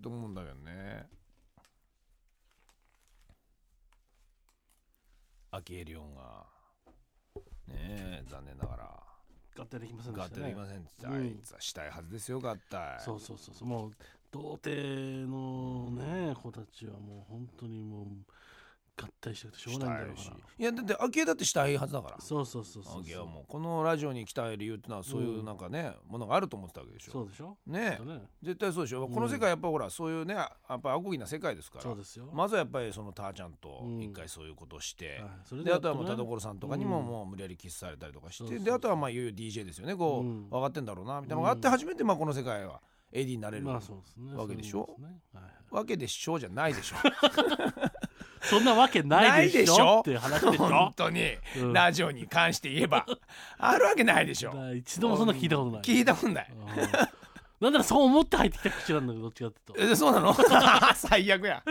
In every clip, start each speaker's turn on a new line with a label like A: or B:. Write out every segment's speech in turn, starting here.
A: と思うんだけどねアキエリオンがねえ残念ながら
B: 合体できませんで
A: 合
B: した
A: 体
B: ね
A: できませんっつって、
B: うん
A: あいつはしたいはずですよ合体
B: そうそうそうそうもう童貞のね子たちはもう本当にもう合体したくてしょうがないんだろう
A: し
B: か
A: たい
B: ら
A: しいやだってアキエだってしたいはずだから
B: そうそうそうそ
A: ア
B: う
A: キエ
B: そ
A: は
B: う
A: もうこのラジオに来た理由ってのはそういうなんかね、ものがあると思ってたわけでしょ
B: そうでしょ
A: ねえ
B: ね
A: 絶対そうでしょ、
B: うん
A: この世界やっぱほらそういうねやっぱアコギな世界ですから
B: そうですよ、
A: まずはやっぱりそのターちゃんと
B: うん
A: 一回そういうことして、
B: はいそれ
A: であとはもう
B: や
A: 田
B: っね
A: 所さんとかにも
B: うん
A: もう無理やりキスされたりとかして、
B: そうそうそう
A: であとはまあいよいよ DJ ですよねこう、
B: うん
A: 分かってんだろうなみたいなのがあって
B: うん
A: 初めてまあこの世界は AD になれる、
B: まあそうですね
A: わけでしょ
B: そういうもんですねはいはい
A: わけでしょうじゃないでしょ
B: そんなわけないでしょっていう話でし
A: 本
B: ょ
A: 当に、
B: うん
A: ラジオに関して言えばあるわけないでしょ
B: だから一度も そんな聞いたことない
A: 聞いたもんない、
B: うんなんならそう思って入ってきた口なんだけどどっちかっていうと
A: えそうな の最悪や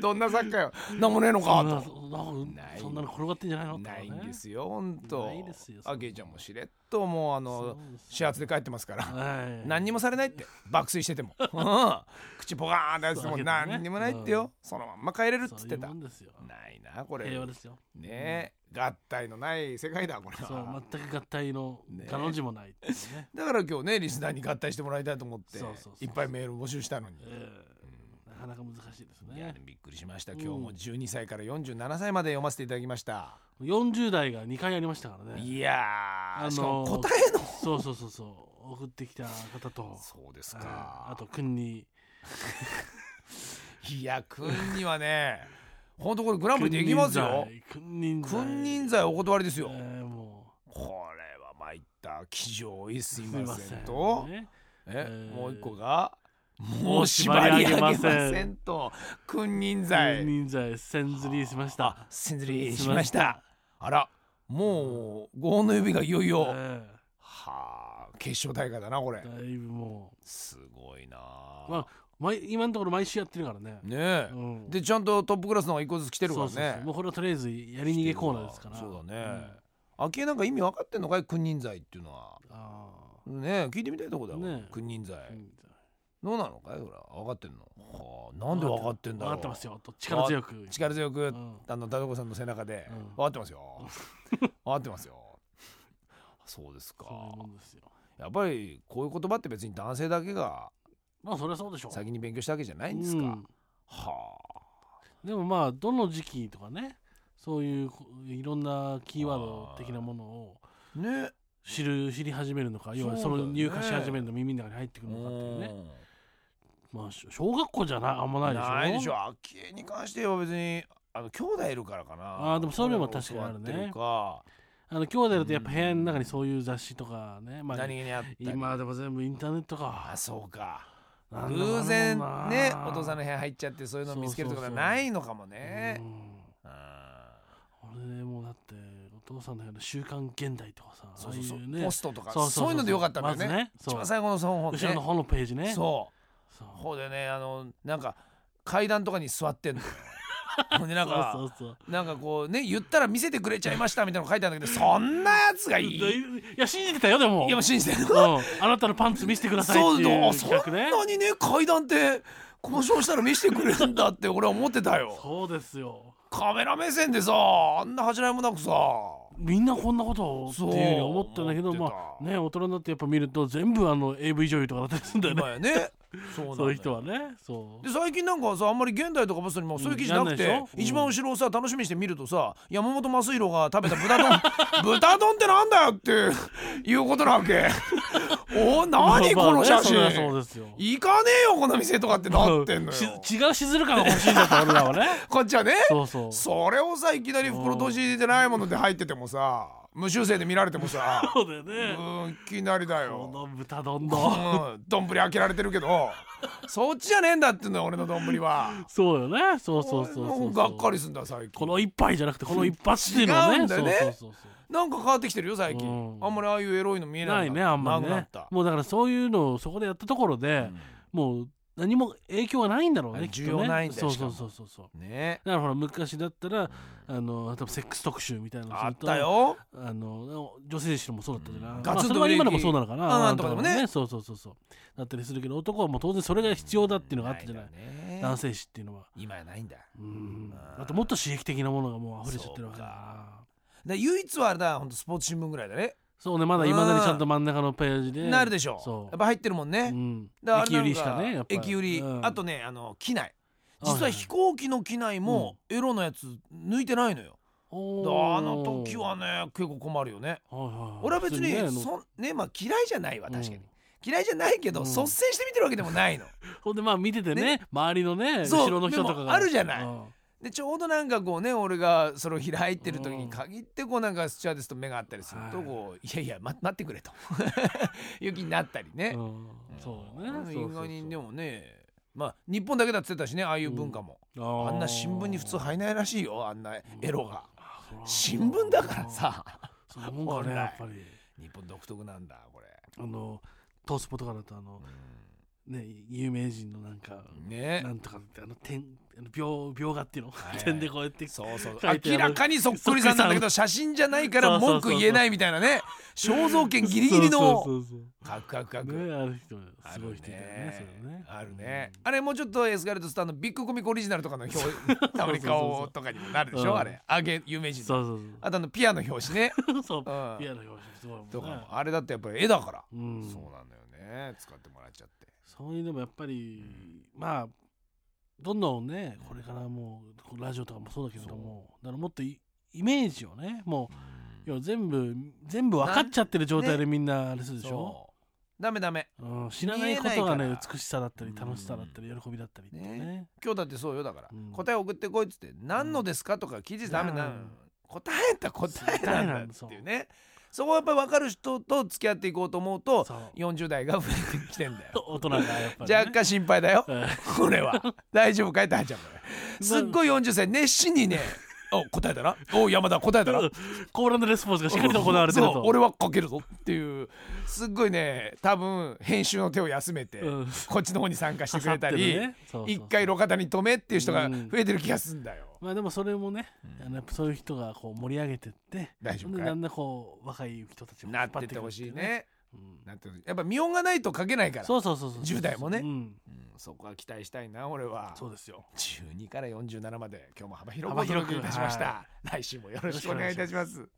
A: どんな作家よなんもねえの
B: そ
A: か
B: ん
A: と
B: なそんなうん
A: ない
B: そんなの転がってんじゃないのとか
A: な
B: ね
A: いんですよ本当
B: ないですよ
A: あけちゃんもしれっともうあ
B: そう
A: の
B: です
A: 始発で帰ってますから
B: はい
A: 何にもされないっ て爆睡してても、うん、口ポカーンってやつても
B: そうだけどね
A: 何にもないってよ、
B: うん
A: そのまんま帰れるっ
B: そう
A: つっ
B: い
A: て
B: う
A: た
B: もんですよ
A: ないなこれ
B: 平和
A: ね
B: ですよ
A: え、合体のない世界だこれは
B: そう全く合体の
A: ね
B: 彼女もないっていうね
A: だから今日ねリスナーに合体してもらいたいと思って
B: そうそうそう
A: いっぱいメール募集したのに、
B: ええなかなか難しいです
A: いや
B: ね
A: でもびっくりしました今日も12歳から47歳まで読ませていただきました、
B: 40代が2回ありましたからね
A: いやー、
B: あのー
A: しかも答えの
B: そうそうそうそう送ってきた方と
A: そうです
B: はい
A: か
B: あと君に
A: いや君にはね本当これグランプリできますよ
B: 君人罪
A: 君臨罪お断りですよ、
B: ええも
A: これは参った騎乗いす
B: う
A: い
B: すい
A: ま
B: ま
A: せ
B: せ
A: ん
B: ん
A: と
B: ね
A: え
B: えー
A: もう一個がも
B: も
A: う
B: う
A: 縛り上げま
B: 縛り上げま
A: せ
B: せ
A: んと君臨
B: 君
A: 罪
B: 人罪せんずりしました
A: せんずりしましたあらもう5本の指がいよい
B: え
A: よ、
B: え
A: はあ決勝大会だなこれ
B: だいぶも
A: すごいなあ、
B: うまあ毎今のところ毎週やってるからね
A: ねえ、
B: うん
A: でちゃんとトップクラスのが一個ずつ来てるから
B: そう
A: ね
B: そうそうもうこれはとりあえずやり逃げコーナーですから
A: そうだね
B: ん
A: 昭恵なんか意味分かってんのかい君臨罪っていうのは
B: あ
A: ねえ聞いてみたいとこだよ、
B: ねえ
A: 君臨罪、
B: あ、
A: どうなのかいほら分かってんの、はあ、なんで分かってんだろう
B: 分かってますよと力強く
A: 力強く、
B: うん
A: あの田所さんの背中で、
B: うん
A: 分かって ますよ分かってますよそうですか
B: そういうもんですよ
A: やっぱりこういう言葉って別に男性だけが
B: まあそれはそうでしょう
A: 先に勉強したわけじゃないんですか、はあ
B: うんでもまあどの時期とかねそういうこいろんなキーワード的なものを
A: ね
B: 知る知り始めるのか要は
A: そ
B: そ
A: だ
B: うの
A: よね
B: 入荷し始めるの耳の中に入ってくるのかっていうね
A: うん
B: まあしょ小学校じゃないあんまな
A: ないい
B: で
A: で
B: し
A: し
B: ょ
A: ょ秋江に関しては別にあの兄弟いるからかな
B: あーでもそれも確かにあるね
A: 教わってか
B: あの兄弟だとやっぱ部屋の中にそういう雑誌とかねまあ
A: 何気にあったり
B: 今でも全部インターネット
A: あ
B: か
A: そうか
B: なんだろうな
A: 偶然ねお父さんの部屋入っちゃってそういうのを見つけるとか
B: そうそうそう
A: ないのかもね
B: うん
A: あ
B: 俺もうだってお父さんのような「週刊現代」とかさ
A: ーそうそうそう
B: ああい
A: ポストとかそういうのでよかったんだよね,、
B: まずね
A: 一
B: そう
A: 番最後のその本ね
B: 後ろの本のページね
A: そう
B: そう
A: ほうでねあのなんか階段とかに座って んのよほんでなんか
B: そうそう
A: なんかこうね言ったら見せてくれちゃいましたみたいなの書いてあるんだけどそんなやつがい
B: そう
A: い
B: いや信じてたよでも
A: いやもう信じ てる
B: うんあなたのパンツ見せてください
A: そ
B: っ
A: う
B: てい
A: だ
B: う
A: そ
B: 企画ね
A: んなにね階段って交渉したら見せてくれるんだって俺は思ってたよ
B: そうですよ
A: カメラ目線でさあんな恥じらいもなくさ
B: みんなこんなことをっていうふうに思ったんだけど
A: そう思っ
B: ま
A: て
B: あ
A: た
B: ね大人になってやっぱ見ると全部あの AV 女優とかだったりするんだよね
A: 今やねそうなんだ
B: そうい
A: よ
B: う人はねそう
A: で最近なんかさあんまり現代とかポストにもそういう記事なくて、
B: うんやんないでしょ
A: 一番後ろをさ楽しみにして見るとさ山本昌弘が食べた豚 丼豚丼ってなんだよっていうことなわけお
B: まあまあ
A: 何この写真、
B: ねそれはそうですよ
A: 行かねえよこの店とかってなってんのよ
B: し違うしずる感が欲しいんだと俺らは ね
A: こっちはね
B: そうそう
A: それをさいきなり袋閉じてないもので入っててもさ無修正で見られてもさ
B: そうだよ
A: うん
B: ね
A: いきなりだ
B: こ
A: よ
B: の豚丼の
A: うん丼開けられてるけどそっちじゃねえんだってんだよ俺の丼は
B: そうよねそうそうそう
A: 俺
B: そ
A: の
B: う
A: がっかりすんだよ最近
B: この一杯じゃなくてこの一発っていうのはね
A: 違うんだよね
B: そうそうそうそう
A: なんか変わってきてるよ最近
B: うん
A: あんまりああいうエロいの見えな
B: ないいねあんまり
A: なくな
B: ね
A: った
B: もうだからそういうのをそこでやったところで、
A: うん
B: もう何も影響がないんだろう
A: あ
B: ねきっとね
A: 需要ないんだよ
B: そう
A: しか
B: そ
A: も
B: うそうそうそう
A: ね
B: だからほら昔だったらあの多分セックス特集みたいなのす
A: あ
B: る
A: っ
B: と
A: たよ
B: あの女性誌もそうだったじゃない、
A: うん
B: ま
A: ガ
B: あ、
A: ツンと
B: それは今でもそうなのかな
A: 売れ行き
B: なんとかでも
A: うんなんとかでも
B: ね
A: ね
B: そうそうそうそうだったりするけど男はもう当然それが必要だっていうのがあったじゃない
A: ね
B: 男性誌っていうのは
A: 今やないんだだか
B: うん
A: あー
B: あともっと刺激的なものがもう溢れちゃってるわけだか
A: ら
B: ら
A: 唯一はあれだ本当スポーツ新聞ぐらいだね
B: そうねまだいまだにちゃんと真ん中のページで
A: なるでしょ
B: そう
A: やっぱ入ってるもんね、
B: うん
A: だからあれ
B: 駅
A: な
B: 売
A: ん
B: りしかねやっぱり
A: 駅売り、
B: うん
A: あとねあの機内
B: あ
A: 実
B: は
A: はい飛行機の機内もエロのやつ抜いてないのよ、だからあの時はね結構困るよね
B: はいはいはい
A: 俺は別に
B: 普通ね
A: そんねまあ嫌いじゃないわ確かに、
B: うん
A: 嫌いじゃないけど、
B: うん
A: 率先して見てるわけでもないの
B: ほんでまあ見ててね周りのね
A: そう
B: 後ろの人とか
A: で
B: が
A: もあるじゃない
B: うん
A: でちょうどなんかこうね俺がそれを開いてる時に限ってこうなんかスチュアーデスと目が合ったりすると
B: はい
A: こういやいや、ま、待ってくれ という気になったりね、
B: うんそうだね
A: ん
B: そうそう
A: 意
B: そう
A: 外にでもねまあ日本だけだって言ってたしねああいう文化も、あんな新聞に普通入んないらしいよあんなエロが、新聞だからさ
B: そのもんかねやっぱり
A: 日本独特なんだこれ、
B: あのトースポとかだとあのね有名人のなんか
A: ね
B: なんとかってあの点あの秒秒画っていうの
A: はいはい
B: 点でこうやって
A: そうそう
B: 書いてあ
A: 明
B: る
A: らかにそっくりさんなんだけど写真じゃないから文句言えないみたいなね肖像権ギリギリ
B: そ
A: の
B: うそう
A: カクカクカ
B: そう
A: ク
B: ねある人
A: あ
B: す
A: る
B: ごい人だよねそれね
A: あるね、
B: うん
A: あれもうちょっとエスガレットスターのビッグコミックオリジナルとかの 表たまに顔とかにもなるでしょ、
B: うん
A: あれあげ有名人
B: そ
A: の
B: うそう
A: あとあのピアノ表紙ね、
B: そうそう
A: うん、
B: ピアノ表紙すごいもんね
A: とかもあれだってやっぱり絵だから、
B: うん
A: そうなんだよね使ってもらっちゃって
B: そういうのもやっぱりまあどんどんねこれからもうこうラジオとかもそうだけれどもだからもっといイメージをねもう要は全部全部分かっちゃってる状態でみんなあれするでしょ、
A: そうダメダメ
B: うん、知らないことが
A: 見えな
B: ね
A: いから
B: 美しさだったり楽しさだったり喜びだったりってね
A: 今日だってそうよだから、
B: うん
A: 答え送ってこいっつって何のですかとか聞いてダメなの、
B: うん
A: 答えた答えなんだっていうねそこはやっぱり分かる人と付き合っていこうと思うと
B: そう
A: 40代が増えてきてん だよ
B: 大人がやっぱり、ね、
A: 若干心配だ よ
B: うん
A: これは大丈夫かいって入っちゃうからすっごい40歳熱心 にねお答えたなお山田答えたな
B: コーランドレスポンスがしっかりと行われてる
A: そう
B: と
A: 俺はかけるぞっていうすっごいね多分編集の手を休めて、
B: うん
A: こっちの方に参加してくれたり、
B: 刺さってるねそうそうそう
A: 一回路肩に止めっていう人が増えてる気がするんだよ、
B: まあでもそれもね、あのやっぱそういう人がこう盛り上げてって
A: 大丈夫かい
B: でだんだんこう若い人たちも
A: な
B: 引
A: っ
B: 張
A: てって
B: く
A: ほしい
B: るってう
A: ね
B: うん
A: なってほしいやっぱ見ようがないと書けないから
B: そうそうそうそう
A: 10代もね
B: うん、
A: うんそこは期待したいな俺は
B: そうですよ
A: 12から47まで今日も幅広く
B: 幅
A: お
B: 広く
A: 届けいたしました、
B: は
A: 来週もよろしくお願いいたします